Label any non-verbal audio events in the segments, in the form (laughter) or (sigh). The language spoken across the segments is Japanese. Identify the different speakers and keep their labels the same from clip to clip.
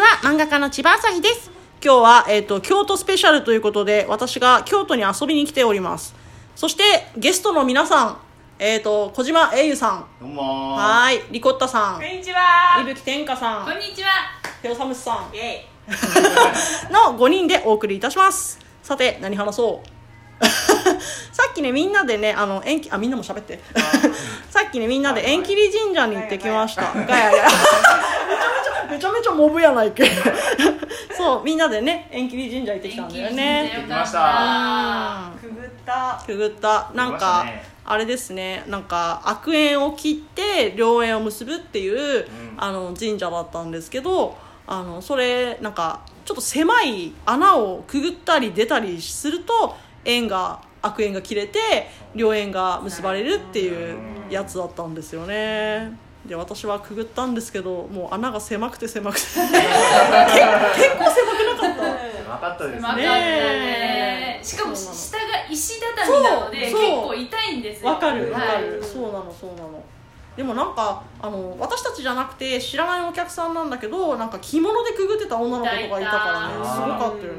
Speaker 1: は漫画家の千葉あさひです
Speaker 2: 今日は、えっと京都スペシャルということで私が京都に遊びに来ておりますそしてゲストの皆さん、えっと小島英雄さん
Speaker 3: どうもー
Speaker 2: はーいリコッタさん
Speaker 4: こんにちは。
Speaker 2: 伊吹天花さ
Speaker 4: こん
Speaker 2: ん
Speaker 4: にちは。
Speaker 2: テオサムスさん
Speaker 4: イエイ。
Speaker 2: (laughs) の5人でお送りいたしますさて何話そう (laughs) さっきねみんなでねあの延期あみんなも喋って (laughs) さっきねみんなで縁切り神社に行ってきましたガヤガヤ (laughs) めちゃめちゃめちゃめちゃモブやないけ (laughs) そうみんなでね縁切り神社行ってきたんだよね
Speaker 3: 行ってきまし
Speaker 4: あ
Speaker 2: うん
Speaker 4: ーくぐった。
Speaker 2: くぐったなんか、
Speaker 3: くぐりましたね
Speaker 2: あれですねなんか悪縁を切って良縁を結ぶっていう、
Speaker 3: ん
Speaker 2: あの神社だったんですけどあのそれなんかちょっと狭い穴をくぐったり出たりすると縁が悪縁が切れて良縁が結ばれるっていうやつだったんですよね。で私はくぐったんですけどもう穴が狭くて狭くて結構狭くなかった
Speaker 3: なかったです
Speaker 4: また
Speaker 3: ね
Speaker 4: ね
Speaker 2: ね。え
Speaker 4: しかも
Speaker 2: そうなの
Speaker 4: 下が石畳なので結
Speaker 2: そうそう
Speaker 4: 構痛いんですよ。
Speaker 2: わかるわかる、
Speaker 4: はい
Speaker 2: そうなのそうなのでもなんかあの私たちじゃなくて知らないお客さんなんだけどなんか着物でくぐってた女の子とかいたからね
Speaker 3: いたい
Speaker 2: す
Speaker 3: た
Speaker 2: ごかったよね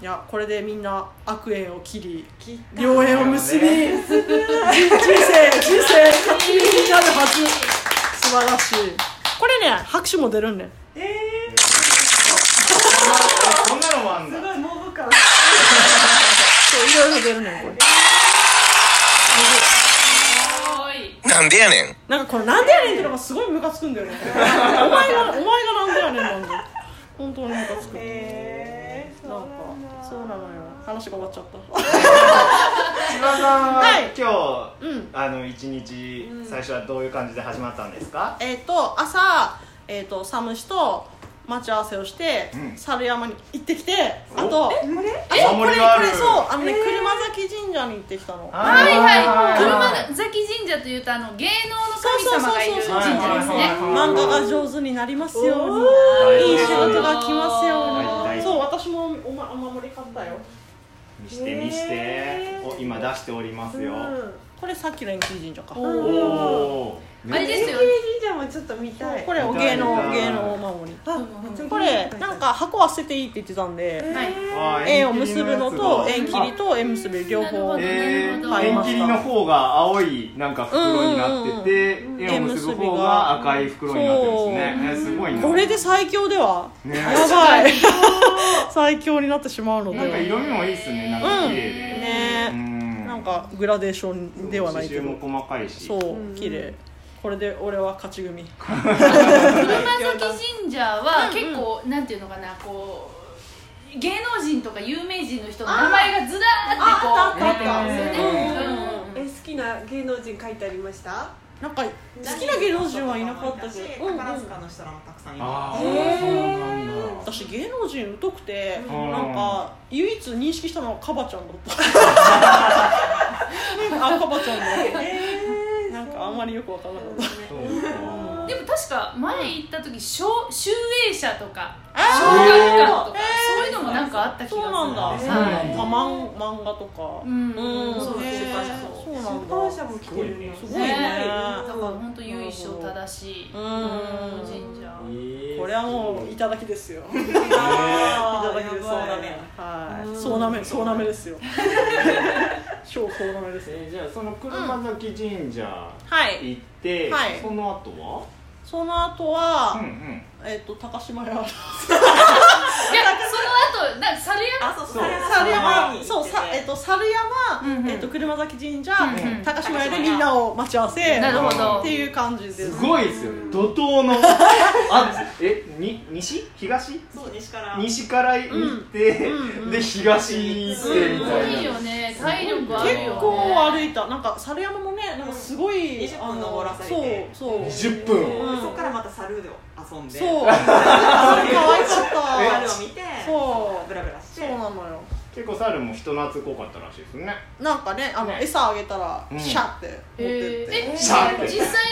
Speaker 2: うんいやこれでみんな悪縁を切り良縁を結び
Speaker 3: そうだ
Speaker 2: 人生人生切りになるはず素晴らしいこれね拍手も出るんね
Speaker 3: そんなのもあんだ
Speaker 2: そういろいろ出るねこれ
Speaker 4: おーい。
Speaker 5: なんでやねん
Speaker 2: なんかこれなんでやねんってのがすごいムカつくんだよねお前がお前がなんでやねんなんだよ本当にムカつくなんかそうなのよ話が終わっちゃった
Speaker 3: 千葉さんは、
Speaker 2: はい
Speaker 3: 今日、
Speaker 2: うん
Speaker 3: あの一日、最初はどういう感じで始まったんですか
Speaker 2: えっと朝えっ、とサムシと待ち合わせをして、
Speaker 3: うん
Speaker 2: 猿山に行ってきて
Speaker 3: お
Speaker 2: あと
Speaker 3: え
Speaker 2: これ
Speaker 3: お守りがあ
Speaker 2: こ
Speaker 3: る
Speaker 2: れそうあのね、車崎神社に行ってきたの
Speaker 3: あー
Speaker 4: はい
Speaker 3: は
Speaker 4: はいい。車崎神社というとあの芸能の神様がいる神
Speaker 2: そうそうそうそう
Speaker 4: 社です
Speaker 3: はいはい
Speaker 4: ね
Speaker 3: はい。
Speaker 2: 漫画が上手になりますように
Speaker 3: ー
Speaker 2: いい仕事が来ますよう
Speaker 3: 大
Speaker 2: に
Speaker 3: 事
Speaker 2: そう私もお,、ま、お守り買ったよ
Speaker 3: 見して見して、お今出しておりますよ、
Speaker 2: これさっきの延期神社か
Speaker 3: おおー
Speaker 4: あれですよ。
Speaker 2: これお芸能芸能お守りこれなんか箱は捨てていいって言ってたんで
Speaker 4: はい。
Speaker 3: あー
Speaker 2: 縁を結ぶのと
Speaker 3: 縁
Speaker 2: 縁
Speaker 3: 切
Speaker 2: 切
Speaker 3: りのや
Speaker 2: りと縁結び両方
Speaker 3: つをえー
Speaker 4: はい
Speaker 3: 縁切りの方が青いなんか袋になってて、
Speaker 2: うんうんうん
Speaker 3: 縁を結ぶ方が赤い袋になってるんですね、えーすごいな
Speaker 2: これで最強では
Speaker 3: ね
Speaker 2: やばい (laughs) 最強になってしまうので
Speaker 3: なんか
Speaker 2: ね
Speaker 3: 色味もいいっすねなんか綺麗で、うん
Speaker 2: なんかグラデーションではないけ
Speaker 3: 刺
Speaker 2: ど
Speaker 3: 繍も細かいし
Speaker 2: そう綺麗これで俺は勝ち組
Speaker 4: 車崎神社は結構、なんていうのかなこう芸能人とか有名人の人の名前がずらーってこう出てますよねうん
Speaker 6: え好きな芸能人書いてありました
Speaker 2: なんか好きな芸能人はいなかったけどうんうん
Speaker 7: 宝塚の人らもたくさんいま
Speaker 3: ああ
Speaker 7: す
Speaker 3: そうなんだ
Speaker 2: 私芸能人疎くて
Speaker 3: うん
Speaker 2: なんか唯一認識したのはカバちゃんだったあカバちゃんだなんかあんまりよくわからなかった
Speaker 3: そうか
Speaker 4: でも確か前行った時集集英社とか小
Speaker 2: あ
Speaker 4: 学館とか、
Speaker 2: え
Speaker 4: そういうのもなんかあった気がする
Speaker 2: そうなんだ、
Speaker 4: はい
Speaker 2: そうなんだまあ、マン漫画とか
Speaker 4: うん
Speaker 7: そう
Speaker 2: へー
Speaker 7: 出版社も
Speaker 2: そうなん
Speaker 6: 出
Speaker 2: だ
Speaker 6: 版社も来てるの
Speaker 2: すごい
Speaker 4: ね
Speaker 2: ね
Speaker 4: だから本当由緒正しい、
Speaker 2: うん
Speaker 4: 神社
Speaker 2: これはもういただきですよいただきですそうなめはいそうなめそうなめですよ超そうなめです
Speaker 3: えーじゃあその車崎神社
Speaker 2: はい
Speaker 3: 行って、
Speaker 2: はいそ
Speaker 3: その後は、
Speaker 2: の後は、
Speaker 3: ん
Speaker 2: えっ、と高島屋
Speaker 4: いやその後なんか猿山
Speaker 7: あそう
Speaker 3: そう
Speaker 2: 猿
Speaker 7: 山
Speaker 2: 山
Speaker 7: に
Speaker 2: そうさえっ、と猿山、
Speaker 4: うんうん
Speaker 2: えっ、と車崎神社、
Speaker 4: うんうん
Speaker 2: 高島屋でみんなを待ち合わせ
Speaker 4: なるほど
Speaker 2: っていう感じです
Speaker 3: すごいですよね怒涛のあえに西東
Speaker 7: そう西から
Speaker 3: 西から行って、
Speaker 2: うんうん
Speaker 3: で東に行ってみた
Speaker 4: すご
Speaker 3: い
Speaker 4: い
Speaker 3: な、
Speaker 4: よね体力あるよね
Speaker 2: 結構歩いたなんか猿山もねなんかすごい、
Speaker 7: 20
Speaker 2: あ
Speaker 7: 分登らされて
Speaker 2: そうそう
Speaker 3: 20分
Speaker 7: で
Speaker 2: うん
Speaker 7: そこからまた猿で遊んで
Speaker 2: そう (laughs) あそれ可愛かっ
Speaker 7: 猿を見て (laughs)
Speaker 2: たそう
Speaker 7: ブラブラして
Speaker 2: そうなのよ
Speaker 3: 結構猿も人懐っこかったらしいですね
Speaker 2: なんかねあの
Speaker 3: ね
Speaker 2: 餌あげたら、
Speaker 3: うん
Speaker 2: シャって持ってって、
Speaker 4: えー、え
Speaker 3: シャーって
Speaker 4: 実際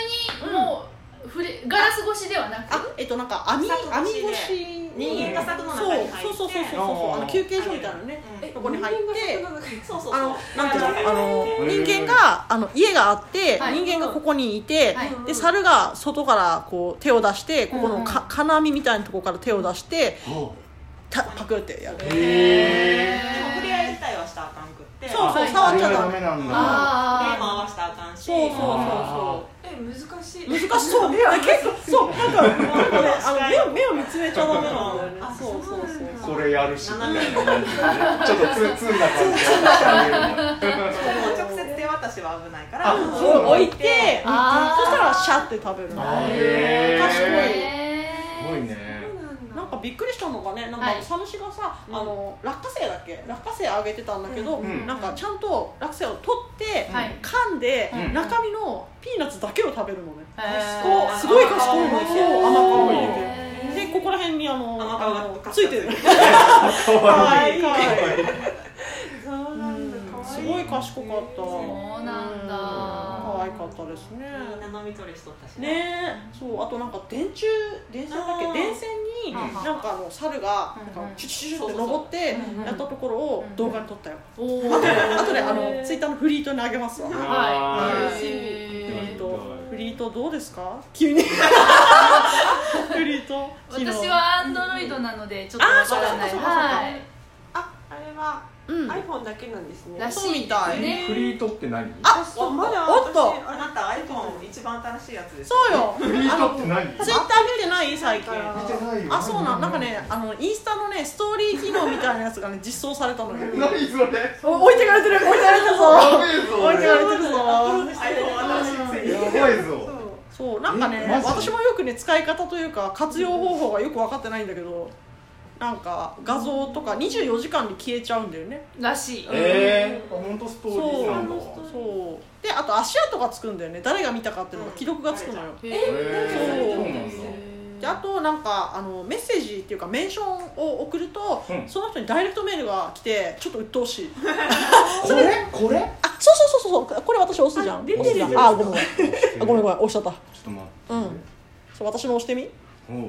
Speaker 4: にもう触れガラス越しではなく
Speaker 2: あえっとなんか網
Speaker 7: 柵越しで
Speaker 2: 網越し
Speaker 7: 人間が柵の
Speaker 2: そ
Speaker 7: 中
Speaker 2: う
Speaker 7: に入って
Speaker 2: そうそうそうそうそうあの休憩所みたいなね
Speaker 7: うん
Speaker 2: そこに入って
Speaker 7: そうそうそう
Speaker 2: あのなんていうのあの
Speaker 3: へー
Speaker 2: 人間があの家があって、
Speaker 4: はい
Speaker 2: 人間がここにいて、
Speaker 4: はい
Speaker 2: で猿が外からこう手を出してここ
Speaker 4: うんう
Speaker 2: の
Speaker 4: ん
Speaker 2: か金網みたいなところから手を出して
Speaker 3: は
Speaker 2: たパクってやる
Speaker 3: あへ
Speaker 7: でも触れ合い自体はしたらあかんくって
Speaker 2: そう
Speaker 4: は
Speaker 2: そう
Speaker 4: い
Speaker 2: 触っちゃ
Speaker 3: ダ
Speaker 2: ダメ
Speaker 3: メなんだ
Speaker 7: 目も合
Speaker 4: あ
Speaker 7: わせたらあかんし
Speaker 2: そうそうそう
Speaker 3: あ
Speaker 6: 難しい
Speaker 2: そう
Speaker 7: (laughs)
Speaker 2: 難しそう結構そうなんかなんかねあの目を目を見つめちゃダメなんだよね
Speaker 7: あ
Speaker 2: そうそうそうそう
Speaker 3: これやるしみた
Speaker 7: 斜
Speaker 3: い
Speaker 7: めに
Speaker 3: な感じでねちょっとツンツンな感じでしてあげるんだ
Speaker 7: でも直接手渡しは危ないから
Speaker 3: あ
Speaker 2: それを置いてそ
Speaker 4: あー
Speaker 2: したらシャって食べる
Speaker 3: あ
Speaker 2: の
Speaker 3: ー
Speaker 4: ー
Speaker 2: 賢い
Speaker 3: すごいね
Speaker 2: なんかびっくりしたのがねなん
Speaker 4: は
Speaker 2: か
Speaker 4: い
Speaker 2: サムシがさ、あの落花生だっけ落花生あげてたんだけど、
Speaker 3: うん
Speaker 2: なんかちゃんと落花生を取って、
Speaker 4: はい
Speaker 2: 噛んで、
Speaker 3: うん
Speaker 2: 中身のピーナッツだけを食べるのね、
Speaker 4: へ
Speaker 2: すごい賢いの
Speaker 7: あ
Speaker 2: そう甘顔を入れ
Speaker 4: へー
Speaker 2: てでここら辺にあの
Speaker 7: 甘
Speaker 2: あ
Speaker 7: 皮
Speaker 2: の
Speaker 7: が
Speaker 2: ついてる
Speaker 3: か
Speaker 2: か
Speaker 3: わ
Speaker 2: わ
Speaker 3: い
Speaker 2: い
Speaker 3: い
Speaker 2: い
Speaker 3: か
Speaker 2: か
Speaker 3: わ
Speaker 2: わ
Speaker 3: いい
Speaker 7: そうなんだ可愛
Speaker 2: すごい賢かった
Speaker 4: そうなんだ
Speaker 2: 可愛かったですね
Speaker 7: みんな飲み取りしとったしな
Speaker 2: ねそうあとなんか電柱電線だっ
Speaker 7: あ
Speaker 2: け
Speaker 7: ー
Speaker 2: 電線に
Speaker 4: うん
Speaker 2: なんかあの猿がなん
Speaker 4: うんう
Speaker 2: か
Speaker 4: ん
Speaker 2: チュチュチュチュって登って
Speaker 4: そうそうそう
Speaker 2: やったところを
Speaker 4: うん
Speaker 2: 動画に撮ったよ
Speaker 4: おお
Speaker 2: あとであのツイッターのフリートにあげますわフ
Speaker 3: は
Speaker 4: はい
Speaker 3: い
Speaker 2: リー
Speaker 4: へ
Speaker 2: ト
Speaker 3: はい
Speaker 2: フリートどうですか急
Speaker 4: (laughs)
Speaker 2: にフリート
Speaker 4: ー
Speaker 2: 昨日
Speaker 4: 私はアンドロイドなのでちょっとわからな
Speaker 2: あー
Speaker 4: い
Speaker 2: そうかそうかそうか
Speaker 4: はい
Speaker 6: ああれは
Speaker 2: うん
Speaker 6: iPhone だけなんですね
Speaker 4: ら
Speaker 6: あ
Speaker 4: しいで
Speaker 2: そうみた
Speaker 4: す
Speaker 2: い
Speaker 4: ね
Speaker 3: フリートって何
Speaker 6: そうまだ
Speaker 2: おっと
Speaker 6: 私
Speaker 7: あなた iPhone 一番新しいやつです
Speaker 2: そうよ
Speaker 3: フリートって何見
Speaker 2: ツイ
Speaker 3: て
Speaker 2: ッター見てない最近
Speaker 3: ないよ
Speaker 2: あそうなんなんかねあのインスタのねストーリー機能みたいなやつがね実装されたのよ
Speaker 3: 何それ
Speaker 2: (laughs) お置いてかれてる置いてかれてる
Speaker 3: や
Speaker 2: ぞ
Speaker 3: べえぞ
Speaker 2: 置いてかれてるぞ
Speaker 7: iPhone 新しいくせに
Speaker 3: やばいぞ
Speaker 2: そうなんかね
Speaker 3: えマジ
Speaker 2: 私もよくね使い方というか活用方法がよく分かってないんだけどなんか画像とか24時間で消えちゃうんだよね
Speaker 4: らしい
Speaker 3: えー、あ本当ストーリーなんだ
Speaker 2: そうそうであと足跡がつくんだよね誰が見たかっていうのが既読がつくのよ、
Speaker 4: え
Speaker 3: えー、
Speaker 2: そう
Speaker 3: そうなんだ
Speaker 2: であとなんかあのメッセージっていうかメンションを送ると、
Speaker 3: うん
Speaker 2: その人にダイレクトメールが来てちょっと鬱陶しい
Speaker 3: これこれ
Speaker 2: あそうそうそうそうこれ私押すじゃん
Speaker 3: 出てるじゃん
Speaker 2: あごめんごめんあごめんごめん
Speaker 3: んちょ
Speaker 2: 押しちゃった
Speaker 3: っと待って、
Speaker 2: うんそう私の押してみ
Speaker 3: おう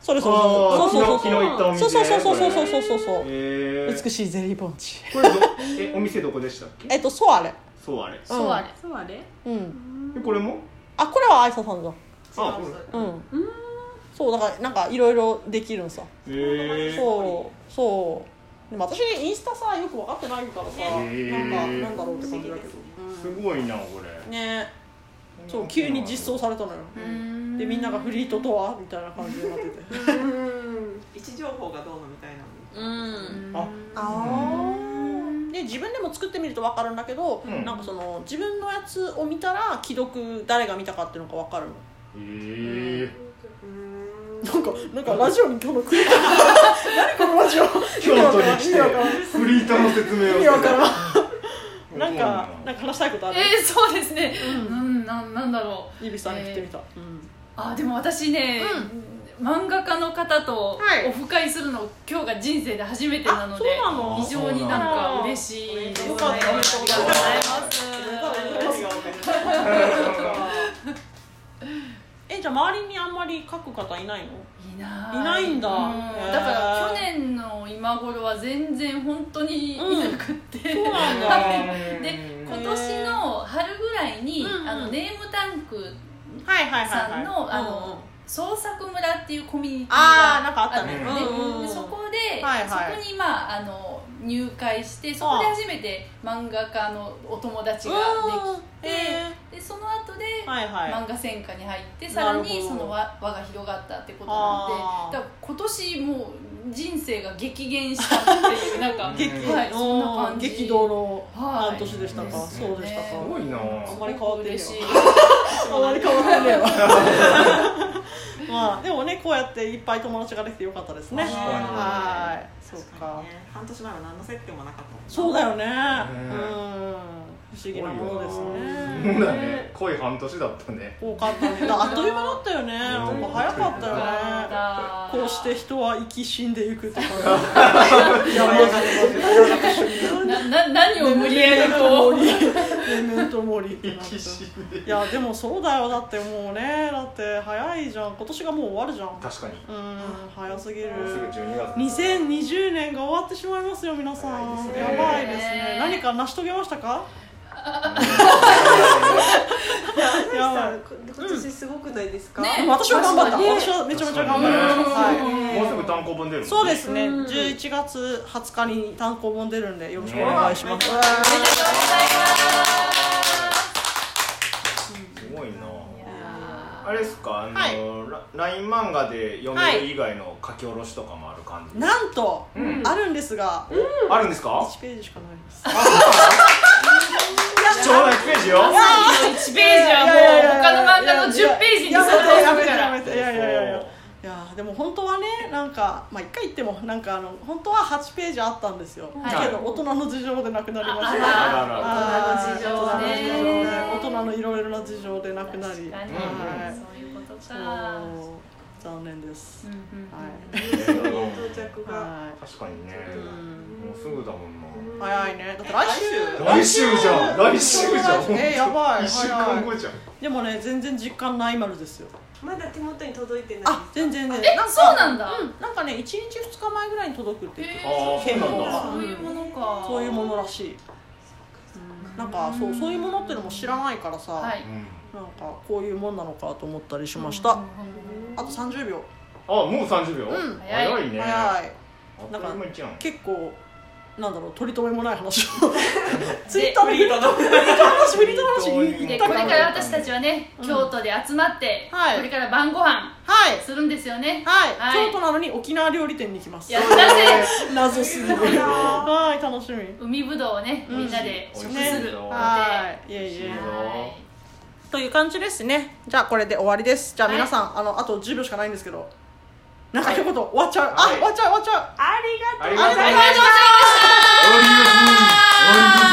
Speaker 2: それそれ
Speaker 3: あー
Speaker 2: それそうそうそう
Speaker 3: 昨日昨日行ったお店
Speaker 2: そうそうそうそうそうそうそうそう
Speaker 3: えー、
Speaker 2: 美しいゼリーポンチ
Speaker 3: これどえお店どこでしたっけ
Speaker 2: えっとソアレ
Speaker 3: そうあれ
Speaker 4: そうあれ
Speaker 6: そうあれ
Speaker 2: うん
Speaker 3: えこれも
Speaker 2: あこれは愛ささんだ
Speaker 3: あこ
Speaker 2: うんそうだからなんかいろいろできるんさ、
Speaker 3: れえー、
Speaker 2: そうそうでも私インスタさよく分かってないからさ、
Speaker 3: ね
Speaker 2: なんかなんだろうって感じだけど
Speaker 3: すごいなこれ
Speaker 2: ねそう急に実装されたのよ
Speaker 4: うん
Speaker 2: でみんながフリートとはみたいな感じになってて
Speaker 6: うん
Speaker 7: 位置情報がどうのみたいなの
Speaker 2: うん
Speaker 3: あ
Speaker 6: あ
Speaker 2: で自分でも作ってみると分かるんだけど、
Speaker 3: うん
Speaker 2: なんかその自分のやつを見たら既読誰が見たかっていうのが分かるの
Speaker 3: えー、
Speaker 6: ーうん
Speaker 2: なんか、なんかラジオに今日の来る。 (laughs) 何このラジオ。
Speaker 3: 京都に来てフリートの説明を
Speaker 2: 意味わからん。意味わからんなんか、なん
Speaker 3: か
Speaker 2: か話したいことある。
Speaker 4: えー、そうですねうんなんなんだろう
Speaker 2: ゆびさんに来てみた。うん
Speaker 4: あでも私ね、漫画家の方と
Speaker 2: はい
Speaker 4: オフ会するの、今日が人生で初めてなので
Speaker 2: あそうなの
Speaker 4: 非常になんか嬉しいですね
Speaker 2: よかった
Speaker 4: ありがとうございます
Speaker 2: え、じゃあ、周りにあんまり書く方いないの。
Speaker 4: いない
Speaker 2: いないんだ
Speaker 4: う
Speaker 2: へー
Speaker 4: だから去年の今頃は全然本当にいなくって、
Speaker 2: そうなんだ。
Speaker 4: は
Speaker 2: はい
Speaker 4: で今年の春ぐらい
Speaker 2: う
Speaker 4: に、
Speaker 2: んうん
Speaker 4: あのネームタンク
Speaker 2: いはいはいはい。
Speaker 4: さんの,、あの
Speaker 2: うんうん
Speaker 4: 創作村っていうコミュニティが
Speaker 2: あーなんかあったね
Speaker 4: る
Speaker 2: うんうんうん
Speaker 4: でそこで、
Speaker 2: はいはい
Speaker 4: そこに、まあ、あの入会してそこで初めて漫画家のお友達ができて、
Speaker 2: へ
Speaker 4: でその後で、
Speaker 2: ーはいはい。
Speaker 4: 漫画戦火に入って
Speaker 2: な
Speaker 4: さら
Speaker 2: るほど
Speaker 4: にその輪輪が広がったってことな
Speaker 2: あー
Speaker 4: のでだから今年もう人生が激減したっていうなんか
Speaker 2: (laughs) 激
Speaker 4: はい、そんな
Speaker 2: う
Speaker 4: 感
Speaker 2: ん
Speaker 4: じ
Speaker 2: 激動の
Speaker 4: はい
Speaker 2: 半年でしたか。
Speaker 4: です
Speaker 3: ね
Speaker 2: そうでしたか。
Speaker 4: す
Speaker 3: すごいな
Speaker 2: あんまり変わってね
Speaker 4: 嬉しい
Speaker 2: えわ。あんまり変わってねえわ。まあでもねこうやっていっぱい友達ができてよかったですね。
Speaker 3: 確かに
Speaker 2: はい。そ
Speaker 7: そう
Speaker 2: う
Speaker 7: か
Speaker 2: か。
Speaker 7: 半年前は何の接点もなかったもんな
Speaker 2: そうだよね。う
Speaker 3: ね
Speaker 2: ん。不思議なものです
Speaker 3: そ
Speaker 2: ね。
Speaker 3: うだね濃い半年だったね
Speaker 2: 多かったね。あっという間だったよね。なんか早かったよね。
Speaker 4: (laughs)
Speaker 2: こうして人は生き死んでいくって感じ。やばい
Speaker 4: なな何を無理やりこう
Speaker 2: 森でメントモリってなって
Speaker 3: 歴史で
Speaker 2: いやでもそうだよだってもうねだって早いじゃん今年がもう終わるじゃん
Speaker 3: 確かに
Speaker 2: うーん早すぎる
Speaker 3: もうすぐ12月
Speaker 2: 2020年が終わってしまいますよ皆さん
Speaker 3: 早いですね
Speaker 2: やばいですね
Speaker 4: ね
Speaker 2: 何か成し遂げましたかやばい
Speaker 6: 今年すごくないですか、
Speaker 2: でも私は頑張った
Speaker 6: 確かに
Speaker 2: 私はめちゃめちゃ頑張りましたはい
Speaker 3: もうすぐ単行本出るもんね
Speaker 2: そうですね
Speaker 6: うん
Speaker 2: 11月20日に単行本出るんでよろしくお願いします
Speaker 3: すごいな
Speaker 4: や
Speaker 3: あれですかあの、
Speaker 2: は
Speaker 3: ラライン漫画で読める以外の書き下ろしとかもある感じ、
Speaker 2: なんとあるんですが
Speaker 3: あるんですか
Speaker 2: 1ページしかないです
Speaker 3: あそうなの貴重な1ページよ
Speaker 4: 1ページはもう他の漫画の10ページに
Speaker 2: や
Speaker 4: 相
Speaker 2: め
Speaker 4: 当
Speaker 2: てやめ
Speaker 4: す
Speaker 2: て
Speaker 4: るか
Speaker 2: や
Speaker 4: ら
Speaker 2: めていやいやいやいやいやーでも本当はねなんかまあ一回言ってもなんかあの本当は8ページあったんですよ、
Speaker 4: はい
Speaker 2: けど大人の事情でなくなりました
Speaker 3: あ
Speaker 4: あ
Speaker 3: らら
Speaker 2: はい
Speaker 3: ら
Speaker 4: 大人の事情ね
Speaker 2: 大人のいろいろな事情でなくなり
Speaker 4: 確かに
Speaker 2: はい
Speaker 4: そういうこと
Speaker 2: そ
Speaker 4: か
Speaker 2: う残念です、
Speaker 4: うんうんうん
Speaker 2: はい
Speaker 6: 到着が
Speaker 2: は
Speaker 3: 確かにね
Speaker 2: い、うん
Speaker 3: もうすぐだもんな
Speaker 2: 早いねだって来週
Speaker 3: 来週じゃん来週じゃん
Speaker 2: えやばい
Speaker 3: 1週間後じゃん
Speaker 2: でもね全然実感ないまるですよ
Speaker 6: まだ手元に届いてない
Speaker 2: あ全然ね
Speaker 4: え
Speaker 2: なんか
Speaker 4: そうなんだ
Speaker 2: うんなんかね1日2日前ぐらいに届くって言ってた
Speaker 4: へ
Speaker 3: ああそうなんだ
Speaker 4: そういうものか
Speaker 2: そういうものらしいなんかそうそういうものってのも知らないからさ、
Speaker 4: はい
Speaker 3: うん
Speaker 2: なんかこういうもんなのかと思ったりしました、あと30秒
Speaker 3: あもう30秒、
Speaker 2: うん
Speaker 3: 早いね
Speaker 2: 早い
Speaker 3: あっという間にじゃん
Speaker 2: 結構なんだろう取り留めもない話
Speaker 4: (laughs)
Speaker 2: をツイッ
Speaker 4: で
Speaker 2: ターで言ったのフリート話フリート話言
Speaker 4: で
Speaker 2: っ
Speaker 4: こ
Speaker 2: た
Speaker 4: れ
Speaker 2: か
Speaker 4: から私たちはね
Speaker 2: うん
Speaker 4: 京都で集まって
Speaker 2: はい
Speaker 4: これから晩ご飯
Speaker 2: はい
Speaker 4: するんですよね
Speaker 2: はい、
Speaker 4: はい
Speaker 2: 京都なのに沖縄料理店に行きます
Speaker 4: やったぜ
Speaker 2: 謎すぎるはい楽しみ
Speaker 4: 海ぶどうをねみんなで
Speaker 3: 美
Speaker 4: 食
Speaker 3: 味
Speaker 4: す
Speaker 3: しい
Speaker 4: る
Speaker 3: よ
Speaker 2: はいいえい
Speaker 3: 美味しい
Speaker 2: え
Speaker 3: よ
Speaker 4: は
Speaker 2: という感じですねじゃあこれで終わりですじゃあ
Speaker 4: はい
Speaker 2: 皆さん、あのあと10秒しかないんですけどなんか一言終わっちゃう、
Speaker 3: はい
Speaker 2: あ終わっちゃう終わっちゃう
Speaker 3: あ
Speaker 2: あ
Speaker 3: り
Speaker 2: りがとうございました
Speaker 3: ありがとうございます